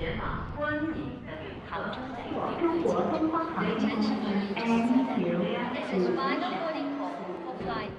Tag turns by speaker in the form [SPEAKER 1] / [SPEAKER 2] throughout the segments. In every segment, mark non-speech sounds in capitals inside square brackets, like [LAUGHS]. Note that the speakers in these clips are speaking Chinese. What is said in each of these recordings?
[SPEAKER 1] 哎嗯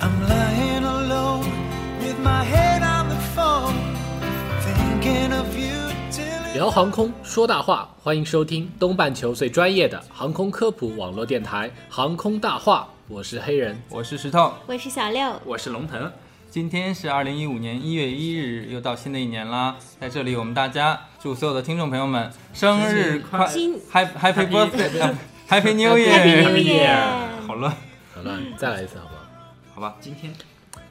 [SPEAKER 2] I'm lying alone with my head on the phone, thinking of you till it
[SPEAKER 3] 聊航空说大话，欢迎收听东半球最专业的航空科普网络电台《航空大话》，我是黑人。
[SPEAKER 4] 我是石头，
[SPEAKER 5] 我是小六，
[SPEAKER 6] 我是龙腾。
[SPEAKER 4] 今天是二零一五年一月一日，又到新的一年啦。在这里，我们大家祝所有的听众朋友们生日快
[SPEAKER 5] 新
[SPEAKER 4] ，Happy Happy [LAUGHS] Birthday，Happy New
[SPEAKER 5] Oh Happy New
[SPEAKER 4] Year！
[SPEAKER 5] Year！
[SPEAKER 4] 好了，
[SPEAKER 3] 好了，再来一次好不好？
[SPEAKER 4] 好吧，
[SPEAKER 6] 今天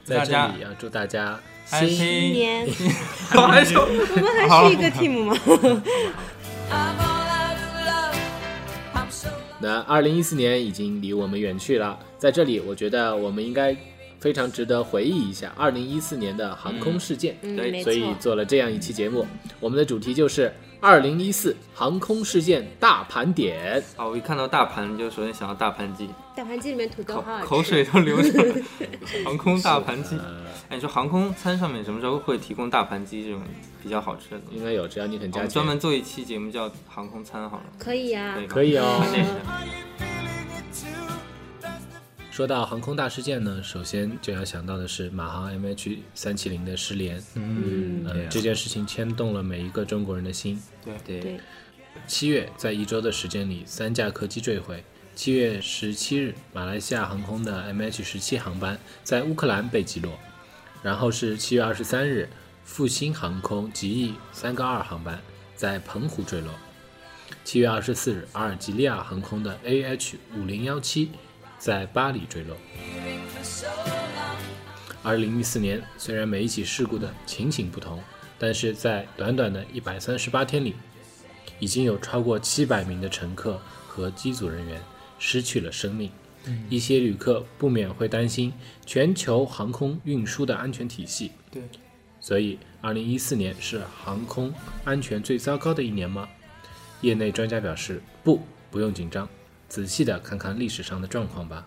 [SPEAKER 3] 在
[SPEAKER 4] 大
[SPEAKER 3] 这
[SPEAKER 4] 家
[SPEAKER 3] 里要祝大家新
[SPEAKER 4] Happy
[SPEAKER 5] 年，
[SPEAKER 4] 还说
[SPEAKER 5] 我们还是一个 team
[SPEAKER 4] [LAUGHS]
[SPEAKER 5] 吗？
[SPEAKER 3] 那二零一四年已经离我们远去了，在这里，我觉得我们应该非常值得回忆一下二零一四年的航空事件。
[SPEAKER 5] 嗯，
[SPEAKER 4] 对
[SPEAKER 5] 没
[SPEAKER 3] 所以
[SPEAKER 5] 错，
[SPEAKER 3] 做了这样一期节目，我们的主题就是二零一四航空事件大盘点。
[SPEAKER 4] 啊！我一看到大盘，就首先想到大盘鸡，
[SPEAKER 5] 大盘鸡里面土豆
[SPEAKER 4] 口
[SPEAKER 5] 好好吃
[SPEAKER 4] 口水都流
[SPEAKER 5] [LAUGHS]
[SPEAKER 4] 出来。航空大盘鸡，
[SPEAKER 3] 呃，
[SPEAKER 4] 哎，你说航空餐上面什么时候会提供大盘鸡这种比较好吃的东西？
[SPEAKER 3] 应该有，只要你肯
[SPEAKER 4] 我
[SPEAKER 3] 加
[SPEAKER 4] 们
[SPEAKER 3] 钱。
[SPEAKER 4] 专门做一期节目叫航空餐好了，
[SPEAKER 5] 可以
[SPEAKER 7] 啊
[SPEAKER 5] 呀、
[SPEAKER 4] 可以吧
[SPEAKER 3] 可以哦
[SPEAKER 4] 看这是
[SPEAKER 3] 说到航空大事件呢，首先就要想到的是马航 MH 三七零的失联。
[SPEAKER 4] 嗯
[SPEAKER 3] 呃，这件事情牵动了每一个中国人的心。
[SPEAKER 4] 对
[SPEAKER 5] 对，
[SPEAKER 3] 七月，在一周的时间里，三架客机坠毁。七月十七日，马来西亚航空的 MH 十七航班在乌克兰被击落。然后是七月二十三日，复兴航空吉翼三个二航班在澎湖坠落。七月二十四日，阿尔及利亚航空的 AH 五零幺七在巴黎坠落。二零一四年，虽然每一起事故的情形不同，但是在短短的一百三十八天里，已经有超过七百名的乘客和机组人员失去了生命。一些旅客不免会担心全球航空运输的安全体系，
[SPEAKER 4] 对，
[SPEAKER 3] 所以，二零一四年是航空安全最糟糕的一年吗？业内专家表示，不，不用紧张，仔细的看看历史上的状况吧。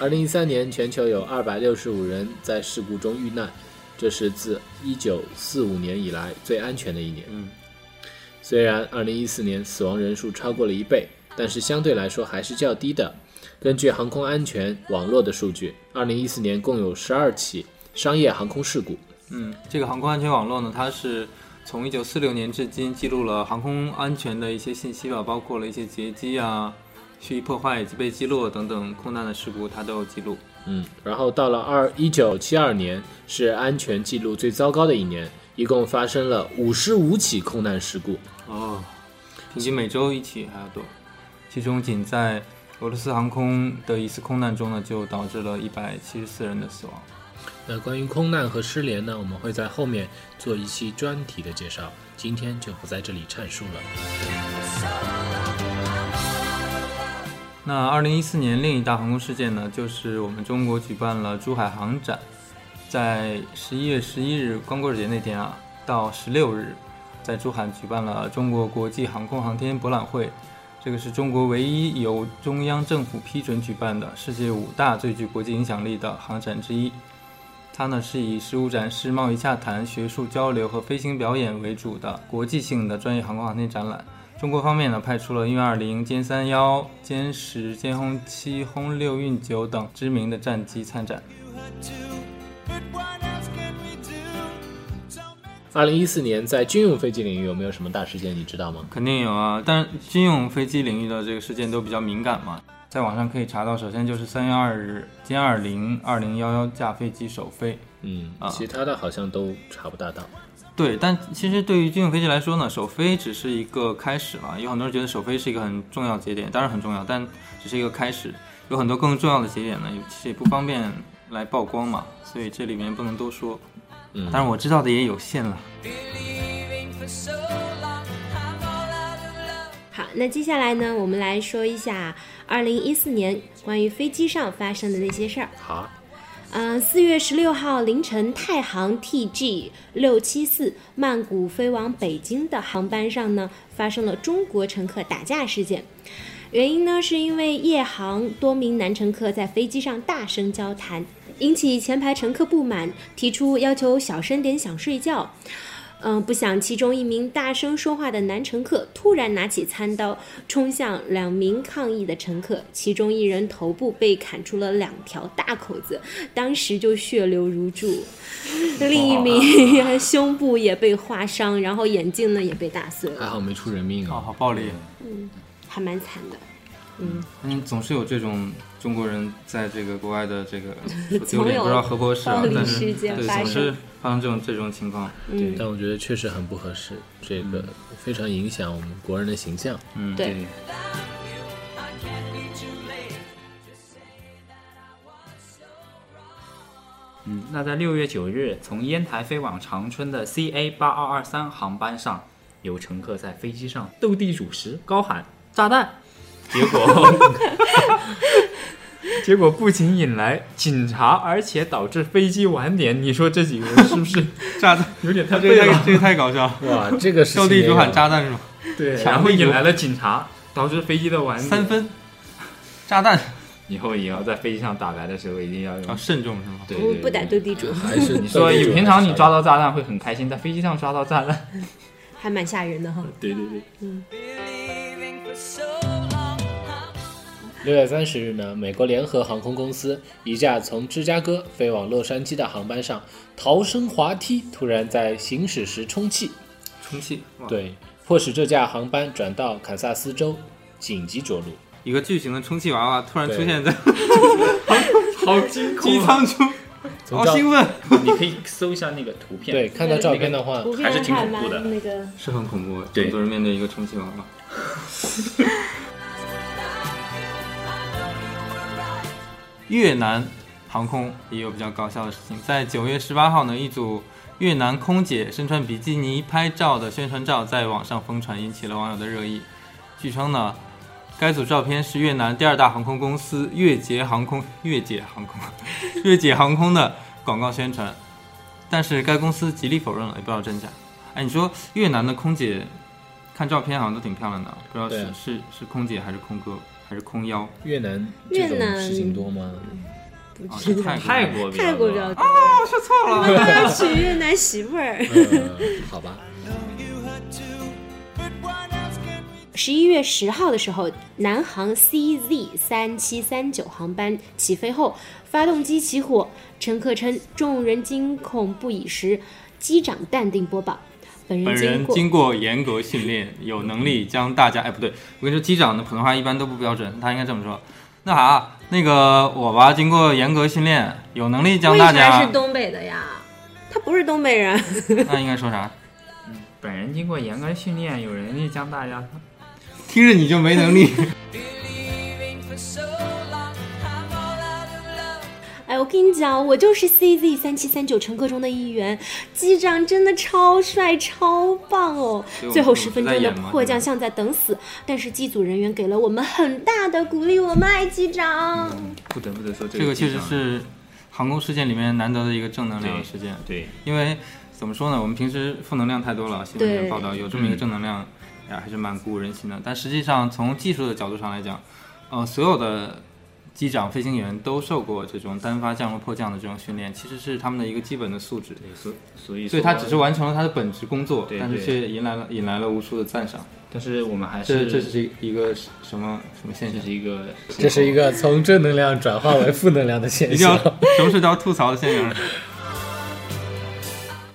[SPEAKER 3] 二零一三年，全球有二百六十五人在事故中遇难，这是自一九四五年以来最安全的一年。
[SPEAKER 4] 嗯，
[SPEAKER 3] 虽然二零一四年死亡人数超过了一倍，但是相对来说还是较低的。根据航空安全网络的数据，二零一四年共有十二起商业航空事故，
[SPEAKER 4] 嗯，这个航空安全网络呢，它是从一九四六年至今记录了航空安全的一些信息吧，包括了一些劫机啊、蓄意破坏以及被击落等等空难的事故，它都有记录。
[SPEAKER 3] 嗯，然后到了二一九七二年是安全记录最糟糕的一年，一共发生了五十五起空难事故。
[SPEAKER 4] 哦，平均每周一起还要多，其中仅在俄罗斯航空的一次空难中呢，就导致了一百七十四人的死亡。
[SPEAKER 3] 那关于空难和失联呢，我们会在后面做一期专题的介绍，今天就不在这里阐述了。
[SPEAKER 4] 那二零一四年另一大航空事件呢，就是我们中国举办了珠海航展，在十一月十一日光棍节那天啊，到十六日，在珠海举办了中国国际航空航天博览会。这个是中国唯一由中央政府批准举办的世界五大最具国际影响力的航展之一。它呢是以实物展示、贸易洽谈、学术交流和飞行表演为主的国际性的专业航空航天展览。中国方面呢，派出了运二零、歼三幺、歼十、歼轰七、轰六、运九等知名的战机参展。
[SPEAKER 2] you had to. But what else can we do? Tell me.
[SPEAKER 3] 二零一四年在军用飞机领域有没有什么大事件？你知道吗？
[SPEAKER 4] 肯定有啊，但是军用飞机领域的这个事件都比较敏感嘛，在网上可以查到，首先就是三月二日，歼二零、二零幺幺架飞机首飞。
[SPEAKER 3] 嗯
[SPEAKER 4] 啊，
[SPEAKER 3] 其他的好像都查不大到。
[SPEAKER 4] 对，但其实对于军用飞机来说呢，首飞只是一个开始了。有很多人觉得首飞是一个很重要的节点，当然很重要，但只是一个开始。有很多更重要的节点呢，也其实也不方便来曝光嘛，所以这里面不能多说。
[SPEAKER 3] 嗯，
[SPEAKER 4] 当然我知道的也有限了。
[SPEAKER 7] 好，那接下来呢，我们来说一下二零一四年关于飞机上发生的那些事儿。
[SPEAKER 3] 好，
[SPEAKER 7] 嗯，四月十六号凌晨，太行 TG 六七四曼谷飞往北京的航班上呢，发生了中国乘客打架事件。原因呢，是因为夜航多名男乘客在飞机上大声交谈，引起前排乘客不满，提出要求小声点，想睡觉。嗯，不想其中一名大声说话的男乘客突然拿起餐刀冲向两名抗议的乘客，其中一人头部被砍出了两条大口子，当时就血流如注；另一名胸部也被划伤，然后眼镜呢也被打碎
[SPEAKER 3] 还
[SPEAKER 7] 了，
[SPEAKER 3] 好没出人命
[SPEAKER 4] 啊，
[SPEAKER 6] 哦
[SPEAKER 3] 啊。
[SPEAKER 4] 好暴力！
[SPEAKER 7] 还蛮惨的。
[SPEAKER 4] 嗯，总是有这种中国人在这个国外的
[SPEAKER 7] [LAUGHS]
[SPEAKER 4] 这个
[SPEAKER 7] 总
[SPEAKER 4] 丢脸，
[SPEAKER 7] 有
[SPEAKER 4] 不知道合不合适啊
[SPEAKER 7] 暴，力
[SPEAKER 4] 但
[SPEAKER 7] 事
[SPEAKER 4] 是
[SPEAKER 7] 件
[SPEAKER 4] 对，
[SPEAKER 7] 发
[SPEAKER 4] 总是
[SPEAKER 7] 生
[SPEAKER 4] 发生这种这种情况。
[SPEAKER 3] 对，嗯但我觉得确实很不合适，这个非常影响我们国人的形象。
[SPEAKER 4] 嗯，
[SPEAKER 7] 对
[SPEAKER 6] 嗯，那在六月九日从烟台飞往长春的 CA 八二二三航班上，有乘客在飞机上斗地主时高喊“炸
[SPEAKER 4] [LAUGHS]
[SPEAKER 6] 弹”，结果 [LAUGHS] 结果不仅引来警察，而且导致飞机晚点。你说这几个人是不是
[SPEAKER 4] 炸弹，
[SPEAKER 6] 有点太
[SPEAKER 4] 这
[SPEAKER 6] 背
[SPEAKER 4] 个
[SPEAKER 6] 了
[SPEAKER 4] 太？这个太搞笑了！
[SPEAKER 3] [LAUGHS] 哇，这个事情
[SPEAKER 4] 斗地主喊炸
[SPEAKER 3] 也
[SPEAKER 4] 弹是吗？
[SPEAKER 6] 对，
[SPEAKER 4] 抢
[SPEAKER 6] 然后
[SPEAKER 4] 地主
[SPEAKER 6] 引来了警察，导致飞机的晚点。
[SPEAKER 4] 三分，炸弹
[SPEAKER 6] 以后也要在飞机上打牌的时候一定要
[SPEAKER 4] 要
[SPEAKER 6] 用。
[SPEAKER 4] 啊慎重哦是吗？
[SPEAKER 6] 对
[SPEAKER 7] 我
[SPEAKER 6] 对
[SPEAKER 7] 不打
[SPEAKER 6] 对。
[SPEAKER 7] 斗地主
[SPEAKER 3] 有，
[SPEAKER 6] [LAUGHS]
[SPEAKER 3] 还是
[SPEAKER 6] 你说平常你抓
[SPEAKER 3] 到
[SPEAKER 6] 到炸弹会很开心，在飞机上抓到炸弹，
[SPEAKER 7] 还蛮吓人的哈。
[SPEAKER 6] 对对对。
[SPEAKER 2] Believing for so long.
[SPEAKER 3] 六月三十日呢，美国联合航空公司一架从芝加哥飞往洛杉矶的航班上，逃生滑梯突然在行驶时充气，
[SPEAKER 4] 充气，哇，
[SPEAKER 6] 哦
[SPEAKER 3] 对，迫使这架航班转到堪萨斯州，紧急着陆。
[SPEAKER 4] 一个巨型的充气娃娃突然
[SPEAKER 3] 对
[SPEAKER 4] 出 [LAUGHS] 现在
[SPEAKER 6] 好惊
[SPEAKER 4] [LAUGHS]
[SPEAKER 6] 恐
[SPEAKER 4] 机舱中，
[SPEAKER 3] 从
[SPEAKER 4] [LAUGHS] 好
[SPEAKER 3] 照
[SPEAKER 4] 兴奋，
[SPEAKER 6] 你可以搜一下那个图片。
[SPEAKER 3] 对看到照片的话，
[SPEAKER 7] 图片
[SPEAKER 6] 还是挺恐怖的
[SPEAKER 7] 还蛮那个
[SPEAKER 4] 是很恐怖。
[SPEAKER 6] 对
[SPEAKER 4] 很多人面对一个充气娃娃，越南航空也有比较搞笑的事情，在九月十八号呢，一组越南空姐身穿比基尼拍照的宣传照在网上疯传，引起了网友的热议。据称呢，该组照片是越南第二大航空公司越捷航空、越捷航空、越捷航空 [LAUGHS] 的广告宣传，但是该公司极力否认了，也不知道真假。哎，你说越南的空姐，看照片好像都挺漂亮的，不知道
[SPEAKER 3] 对
[SPEAKER 4] 是
[SPEAKER 3] 啊
[SPEAKER 4] 是是空姐还是空哥还是空腰？
[SPEAKER 3] 越南
[SPEAKER 7] 越
[SPEAKER 3] 这
[SPEAKER 7] 南
[SPEAKER 3] 种事情多吗？
[SPEAKER 4] 啊，是泰国
[SPEAKER 6] 泰国比
[SPEAKER 7] 泰国比较
[SPEAKER 6] 较多
[SPEAKER 7] 多，
[SPEAKER 4] 说错了。
[SPEAKER 7] 要娶越南媳妇儿。
[SPEAKER 3] 嗯，好吧，
[SPEAKER 2] Know you hurt too, but what else can we
[SPEAKER 7] 十一月十号的时候，南航 CZ 三七三九航班起飞后，发动机起火，乘客称众人惊恐不已时，机长淡定播报：“本
[SPEAKER 4] 本
[SPEAKER 7] 人
[SPEAKER 4] 人
[SPEAKER 7] 经过
[SPEAKER 4] 经过严格训练，有能力将大家……哎，不对，我跟你说，机长的普通话一般都不标准，他应该这么说。那啥，那个我吧，经过严格训练，有能力将
[SPEAKER 7] 为啥
[SPEAKER 4] 大家
[SPEAKER 7] 是……东北的呀？他不是东北人，
[SPEAKER 4] [LAUGHS] 那应该说啥？
[SPEAKER 6] 本人经过严格训练，有能力将大家
[SPEAKER 4] 听着你就没能力。
[SPEAKER 2] believing for so long? I'm all out of love.
[SPEAKER 7] 哎，我跟你讲，我就是 CZ 三七三九乘客中的一员，机长真的超帅超棒哦
[SPEAKER 4] 所以！我们
[SPEAKER 7] 最后十分
[SPEAKER 4] 我
[SPEAKER 7] 钟
[SPEAKER 4] 们在
[SPEAKER 7] 的
[SPEAKER 4] 演嘛
[SPEAKER 7] 迫降像在等死，但是机组人员给了我们很大的鼓励，我们爱机长。
[SPEAKER 4] 嗯
[SPEAKER 6] 不得不得说这
[SPEAKER 4] 这个确
[SPEAKER 6] 机
[SPEAKER 4] 实
[SPEAKER 6] 长
[SPEAKER 4] 是航空事件里面难得的一个正能量的事件，
[SPEAKER 6] 对
[SPEAKER 4] 因为怎么说呢，我们平时负能量太多了，新闻里面
[SPEAKER 7] 对
[SPEAKER 4] 报道有这么
[SPEAKER 6] 嗯
[SPEAKER 4] 一个正能量，哎呀，还是蛮鼓舞人心的。但实际上，从技术的角度上来讲，呃，所有的机长、飞行员都受过这种单发降落迫降的这种训练，其实是他们的一个基本的素质。
[SPEAKER 6] 对，所所以
[SPEAKER 4] 所以
[SPEAKER 6] 说
[SPEAKER 4] 他只是，完成了他的本职工作，
[SPEAKER 6] 对
[SPEAKER 4] 但是
[SPEAKER 6] 对
[SPEAKER 4] 却迎来了引来了无数的赞赏。
[SPEAKER 6] 但是我们还
[SPEAKER 4] 这
[SPEAKER 6] 是
[SPEAKER 4] 这是一个什么什么现
[SPEAKER 6] 这
[SPEAKER 4] 象？
[SPEAKER 6] 是一个
[SPEAKER 3] 这是一个从正能量转化为负能量的现
[SPEAKER 4] 一定要
[SPEAKER 3] 象。
[SPEAKER 4] [LAUGHS] 什么事都要吐槽的现象。 [LAUGHS]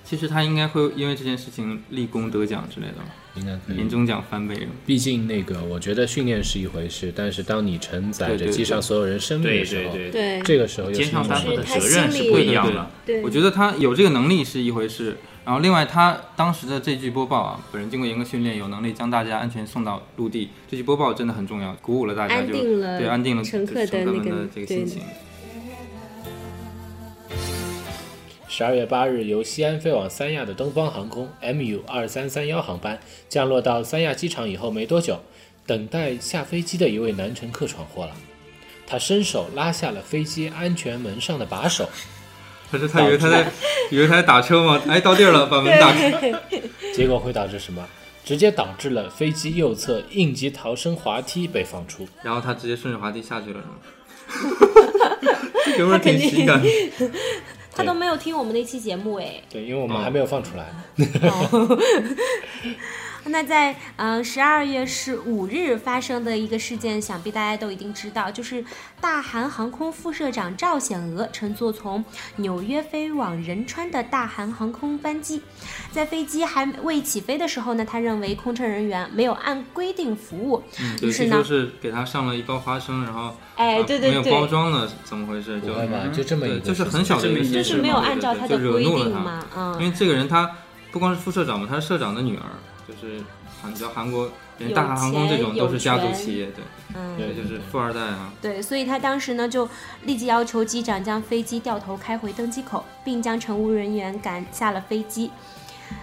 [SPEAKER 4] 其实他应该会因为这件事情立功得奖之类的吧，
[SPEAKER 3] 应该可
[SPEAKER 6] 嗯
[SPEAKER 3] 以
[SPEAKER 4] 年终奖翻倍。
[SPEAKER 3] 毕竟那个，我觉得训练是一回事，但是当你承载
[SPEAKER 4] 对
[SPEAKER 3] 着
[SPEAKER 4] 对
[SPEAKER 3] 机上所有人生命
[SPEAKER 6] 对
[SPEAKER 3] 的时
[SPEAKER 6] 对
[SPEAKER 3] 候，
[SPEAKER 6] 对，
[SPEAKER 7] 对
[SPEAKER 3] 这个时候又
[SPEAKER 6] 肩
[SPEAKER 3] 是
[SPEAKER 6] 上
[SPEAKER 3] 一
[SPEAKER 6] 担负
[SPEAKER 3] 种
[SPEAKER 6] 的
[SPEAKER 7] 是他
[SPEAKER 6] 责任
[SPEAKER 7] 心
[SPEAKER 6] 是
[SPEAKER 7] 里
[SPEAKER 6] 不一样的。
[SPEAKER 7] 对
[SPEAKER 4] 我觉得他有这个能力是一回事，然后另外他当时的这句播报啊，本人经过严格训练，有能力将大家安全送到陆地，这句播报真的很重要，鼓舞了大家，
[SPEAKER 7] 安
[SPEAKER 4] 就
[SPEAKER 7] 定了
[SPEAKER 4] 对安定了
[SPEAKER 7] 乘客
[SPEAKER 4] 对乘
[SPEAKER 7] 的
[SPEAKER 4] 客
[SPEAKER 7] 那
[SPEAKER 4] 们
[SPEAKER 7] 个
[SPEAKER 4] 的这个
[SPEAKER 7] 对
[SPEAKER 4] 心情。
[SPEAKER 3] 十二月八日由西安飞往三亚的东方航空 MU 二三三幺航班降落到三亚机场以后没多久，等待下飞机的一位男乘客闯祸了，他伸手拉下了飞机安全门上的把手，
[SPEAKER 4] 他说他以为他
[SPEAKER 7] [LAUGHS]
[SPEAKER 4] 在，以为他在打车吗？哎，到地儿了，把门打开。
[SPEAKER 3] 结果会导致什么？直接导致了飞机右侧应急逃生滑梯被放出。
[SPEAKER 4] 然后他直接顺着滑梯下去了，是吗？ [LAUGHS] 这哥们儿
[SPEAKER 7] 他肯定
[SPEAKER 4] 挺喜感的。
[SPEAKER 7] 他都没有听我们那期节目哎。
[SPEAKER 3] 对，因为我们还没有放出来。
[SPEAKER 4] 哦
[SPEAKER 7] 那在呃十二月十五日发生的一个事件，想必大家都已经知道，就是大韩航空副社长赵显娥乘坐从纽约飞往仁川的大韩航空班机，在飞机还未起飞的时候呢，他认为空乘人员没有按规定服务，
[SPEAKER 4] 嗯，
[SPEAKER 7] 于
[SPEAKER 4] 对，
[SPEAKER 7] 是
[SPEAKER 4] 听
[SPEAKER 7] 呢
[SPEAKER 4] 说，是给他上了一包花生，然后
[SPEAKER 7] 哎，
[SPEAKER 4] 啊
[SPEAKER 7] 对对
[SPEAKER 4] 没有包
[SPEAKER 7] 对，
[SPEAKER 4] 装了，怎么回事？就
[SPEAKER 3] 不会吧
[SPEAKER 4] 嗯
[SPEAKER 3] 就这么一个
[SPEAKER 4] 对就是
[SPEAKER 3] 事情
[SPEAKER 4] 很小的一个事情嘛，
[SPEAKER 7] 就是没有按照
[SPEAKER 4] 对
[SPEAKER 7] 他
[SPEAKER 4] 对
[SPEAKER 7] 的
[SPEAKER 4] 就惹
[SPEAKER 7] 规
[SPEAKER 4] 怒了
[SPEAKER 7] 定
[SPEAKER 4] 他
[SPEAKER 7] 嘛，
[SPEAKER 4] 因
[SPEAKER 7] 嗯，
[SPEAKER 4] 为这个人他不光是副社长嘛，他是社长的女儿，就是韩，你知道韩国人
[SPEAKER 7] 有
[SPEAKER 4] 大韩航空这种
[SPEAKER 7] 钱有
[SPEAKER 4] 都是家族
[SPEAKER 7] 权
[SPEAKER 4] 企业，对，
[SPEAKER 7] 嗯
[SPEAKER 4] 对，就是富二代啊。
[SPEAKER 7] 对，所以他当时呢就立即要求机长将飞机掉头开回登机口，并将乘务人员赶下了飞机。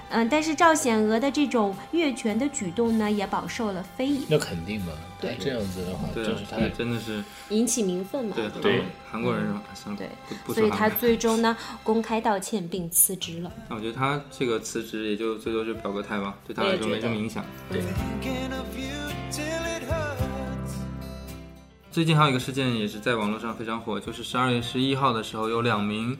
[SPEAKER 7] 嗯，但是赵显娥的这种越权的举动呢，也饱受了
[SPEAKER 4] [LAUGHS]
[SPEAKER 7] 非议，
[SPEAKER 3] 那肯定嘛，
[SPEAKER 7] 对
[SPEAKER 3] 这样子的话，
[SPEAKER 4] 对
[SPEAKER 3] 真
[SPEAKER 4] 啊，
[SPEAKER 3] 是
[SPEAKER 4] 所以
[SPEAKER 3] 太
[SPEAKER 4] 真的是
[SPEAKER 7] 引起民愤嘛。
[SPEAKER 4] 对
[SPEAKER 3] 对
[SPEAKER 4] 韩国人是吧算了，
[SPEAKER 7] 嗯对
[SPEAKER 4] 不不
[SPEAKER 7] 所以
[SPEAKER 4] 说
[SPEAKER 7] 他
[SPEAKER 4] 韩国。
[SPEAKER 7] 最终呢公开道歉并辞职了。
[SPEAKER 4] 那我觉得他这个辞职也就最多就表个态吧，对他
[SPEAKER 7] 我也
[SPEAKER 4] 来说
[SPEAKER 7] 觉
[SPEAKER 4] 没什么
[SPEAKER 7] 得
[SPEAKER 4] 影响。
[SPEAKER 2] Thinking of you till it hurts.
[SPEAKER 4] 最近还有一个事件也是在网络上非常火，就是十二月十一号的时候，有两名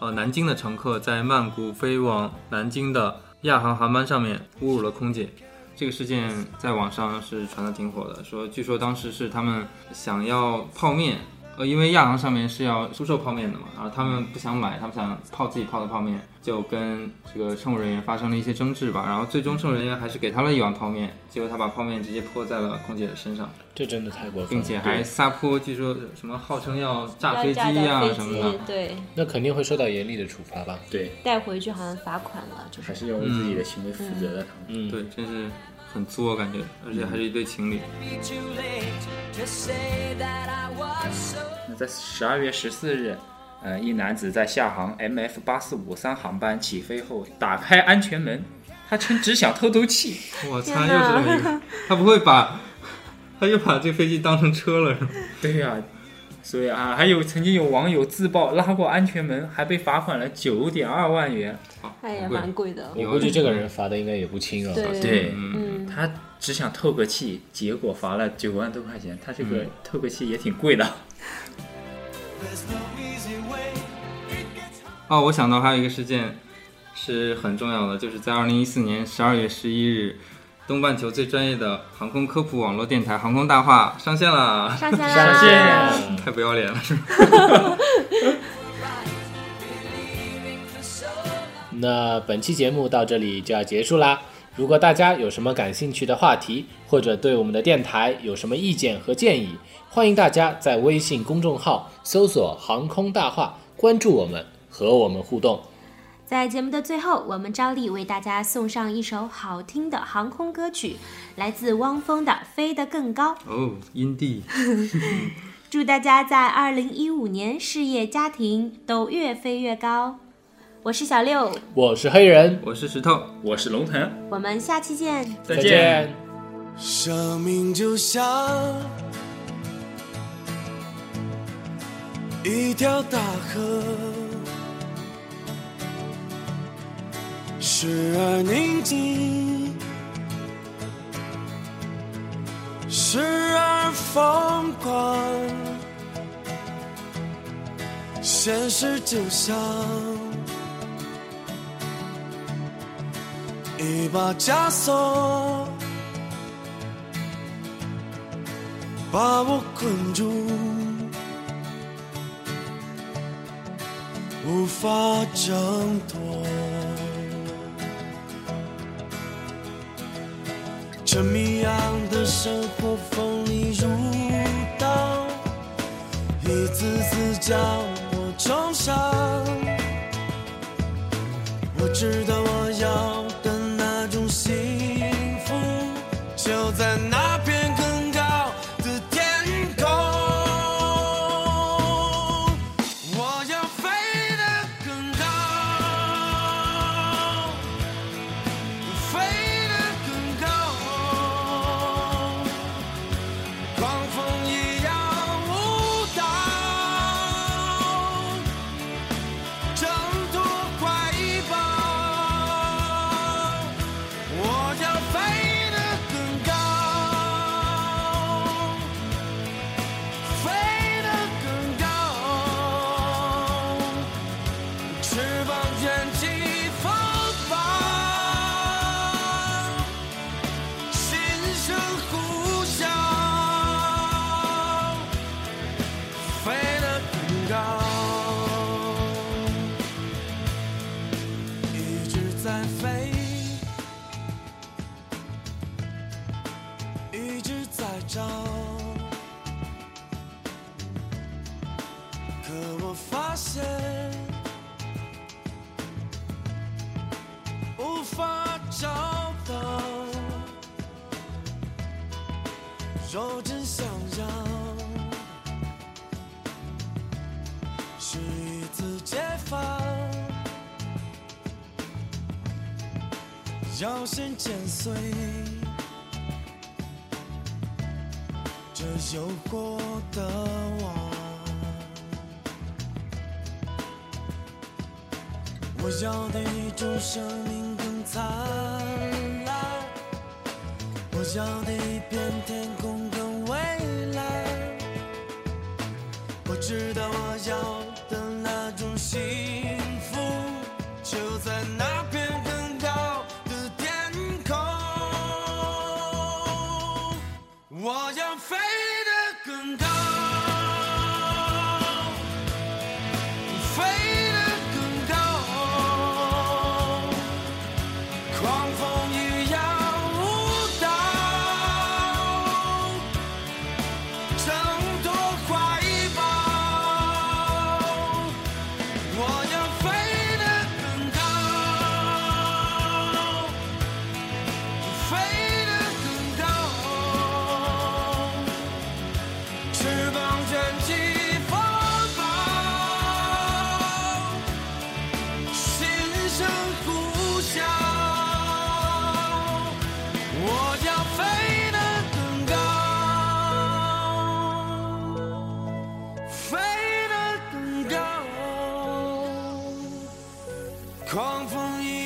[SPEAKER 4] 呃南京的乘客在曼谷飞往南京的亚航航班上面侮辱了空姐。这个事件在网上是传的挺火的，说据说当时是他们想要泡面，呃，因为亚航上面是要出售泡面的嘛，然后他们不想买，他们想泡自己泡的泡面，就跟这个乘务人员发生了一些争执吧，然后最终乘务人员还是给他了一碗泡面，结果他把泡面直接泼在了空姐的身上。
[SPEAKER 3] 这真的太过分
[SPEAKER 4] 并
[SPEAKER 3] 了，
[SPEAKER 4] 且还撒泼，据说什么号称要炸飞机
[SPEAKER 7] 要炸
[SPEAKER 4] 呀、
[SPEAKER 7] 掉
[SPEAKER 4] 什
[SPEAKER 7] 飞
[SPEAKER 4] 么
[SPEAKER 7] 机
[SPEAKER 4] 的，，
[SPEAKER 7] 对，
[SPEAKER 3] 那肯定会受到严厉的处罚吧？
[SPEAKER 6] 对，
[SPEAKER 7] 带回去好像罚款了，就
[SPEAKER 6] 还
[SPEAKER 7] 是
[SPEAKER 6] 是要为自己的行为负责的。他们
[SPEAKER 3] 嗯，
[SPEAKER 4] 对，真是很作感觉，而且还是一对情侣。
[SPEAKER 2] Be too late to say that I was so.
[SPEAKER 6] 那在十二月十四日，呃，一男子在厦航 MF 八四五三航班起飞后打开安全门，他称只想透透气。
[SPEAKER 4] 我
[SPEAKER 7] 天
[SPEAKER 4] 擦，又是这么一个，他不会把 [LAUGHS] 他又把这飞机当成车了是吗？
[SPEAKER 6] 对呀、所以啊，还有曾经有网友自曝拉过安全门，还被罚款了九点二万元。
[SPEAKER 4] 好
[SPEAKER 7] 哎呀，
[SPEAKER 4] 不会
[SPEAKER 7] 蛮贵的。
[SPEAKER 3] 我估计这个人罚的应该也不轻啊。
[SPEAKER 7] 对
[SPEAKER 6] 对
[SPEAKER 7] 嗯，
[SPEAKER 6] 他只想透个气，结果罚了九万多块钱。他这个透个气也挺贵的。
[SPEAKER 2] There's no easy way.
[SPEAKER 4] 哦，我想到还有一个事件是很重要的，就是在二零一四年十二月十一日，东半球最专业的航空科普网络电台《航空大话》上线了，
[SPEAKER 7] 上线啦！
[SPEAKER 3] 上线
[SPEAKER 4] [LAUGHS] 太不要脸了。
[SPEAKER 3] 那本期节目到这里就要结束啦。如果大家有什么感兴趣的话题，或者对我们的电台有什么意见和建议，欢迎大家在微信公众号搜索“航空大话”，关注我们，和我们互动。
[SPEAKER 7] 在节目的最后，我们照例为大家送上一首好听的航空歌曲，来自汪峰的《飞得更高》。
[SPEAKER 4] 哦，阴蒂。
[SPEAKER 7] 祝大家在二零一五年事业、家庭都越飞越高。我是小六，
[SPEAKER 3] 我是黑人，
[SPEAKER 4] 我是石头，
[SPEAKER 6] 我是龙腾，
[SPEAKER 7] 我们下期见。
[SPEAKER 6] 再
[SPEAKER 3] 再见
[SPEAKER 2] 生命就像一条大河，时而宁静，时而疯狂。现实就像一把枷锁。把我困住，无法挣脱。这迷样的生活锋利如刀，一次次将我重伤。我知道我要的那种幸福，就在那片更高的天空。我要飞得更高，飞得更高。高，一直在飞，一直在找，可我发现无法找到，若真想要。是一次解放。要先剪碎这有过的我，我要的一种生命更灿烂，我要的一片天空更蔚蓝。我知道我要的那种幸福，就在那片更高的天空。我要飞得更高，飞得更高，狂风一样舞蹈。挣脱怀抱，我要飞得更高，飞得更高，翅膀卷起风暴，心声呼啸，我要飞得更高，飞得更高，狂风一